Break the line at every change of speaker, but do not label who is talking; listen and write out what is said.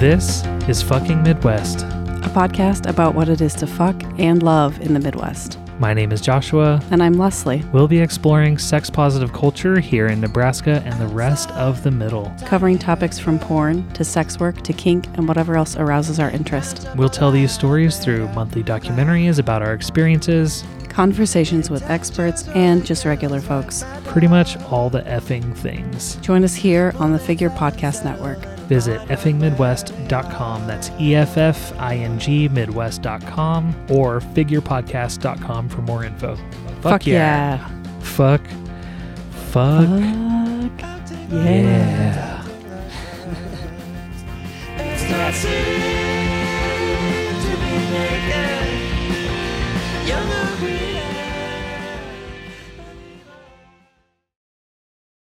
This is Fucking Midwest.
a podcast about what it is to fuck and love in the Midwest.
My name is Joshua.
And I'm Leslie,
We'll be exploring sex positive culture here in Nebraska and the rest of the middle.
covering topics from porn to sex work to kink and whatever else arouses our interest.
We'll tell these stories through monthly documentaries about our experiences,
Conversations with experts and just regular folks.
pretty much all the effing things.
Join us here on the Figure Podcast Network.
Visit effingmidwest.com, that's E F F I N G Midwest.com, or figurepodcast.com for more info. Fuck, Fuck. Fuck.
yeah. Fuck yeah.
yeah.
It's not serious.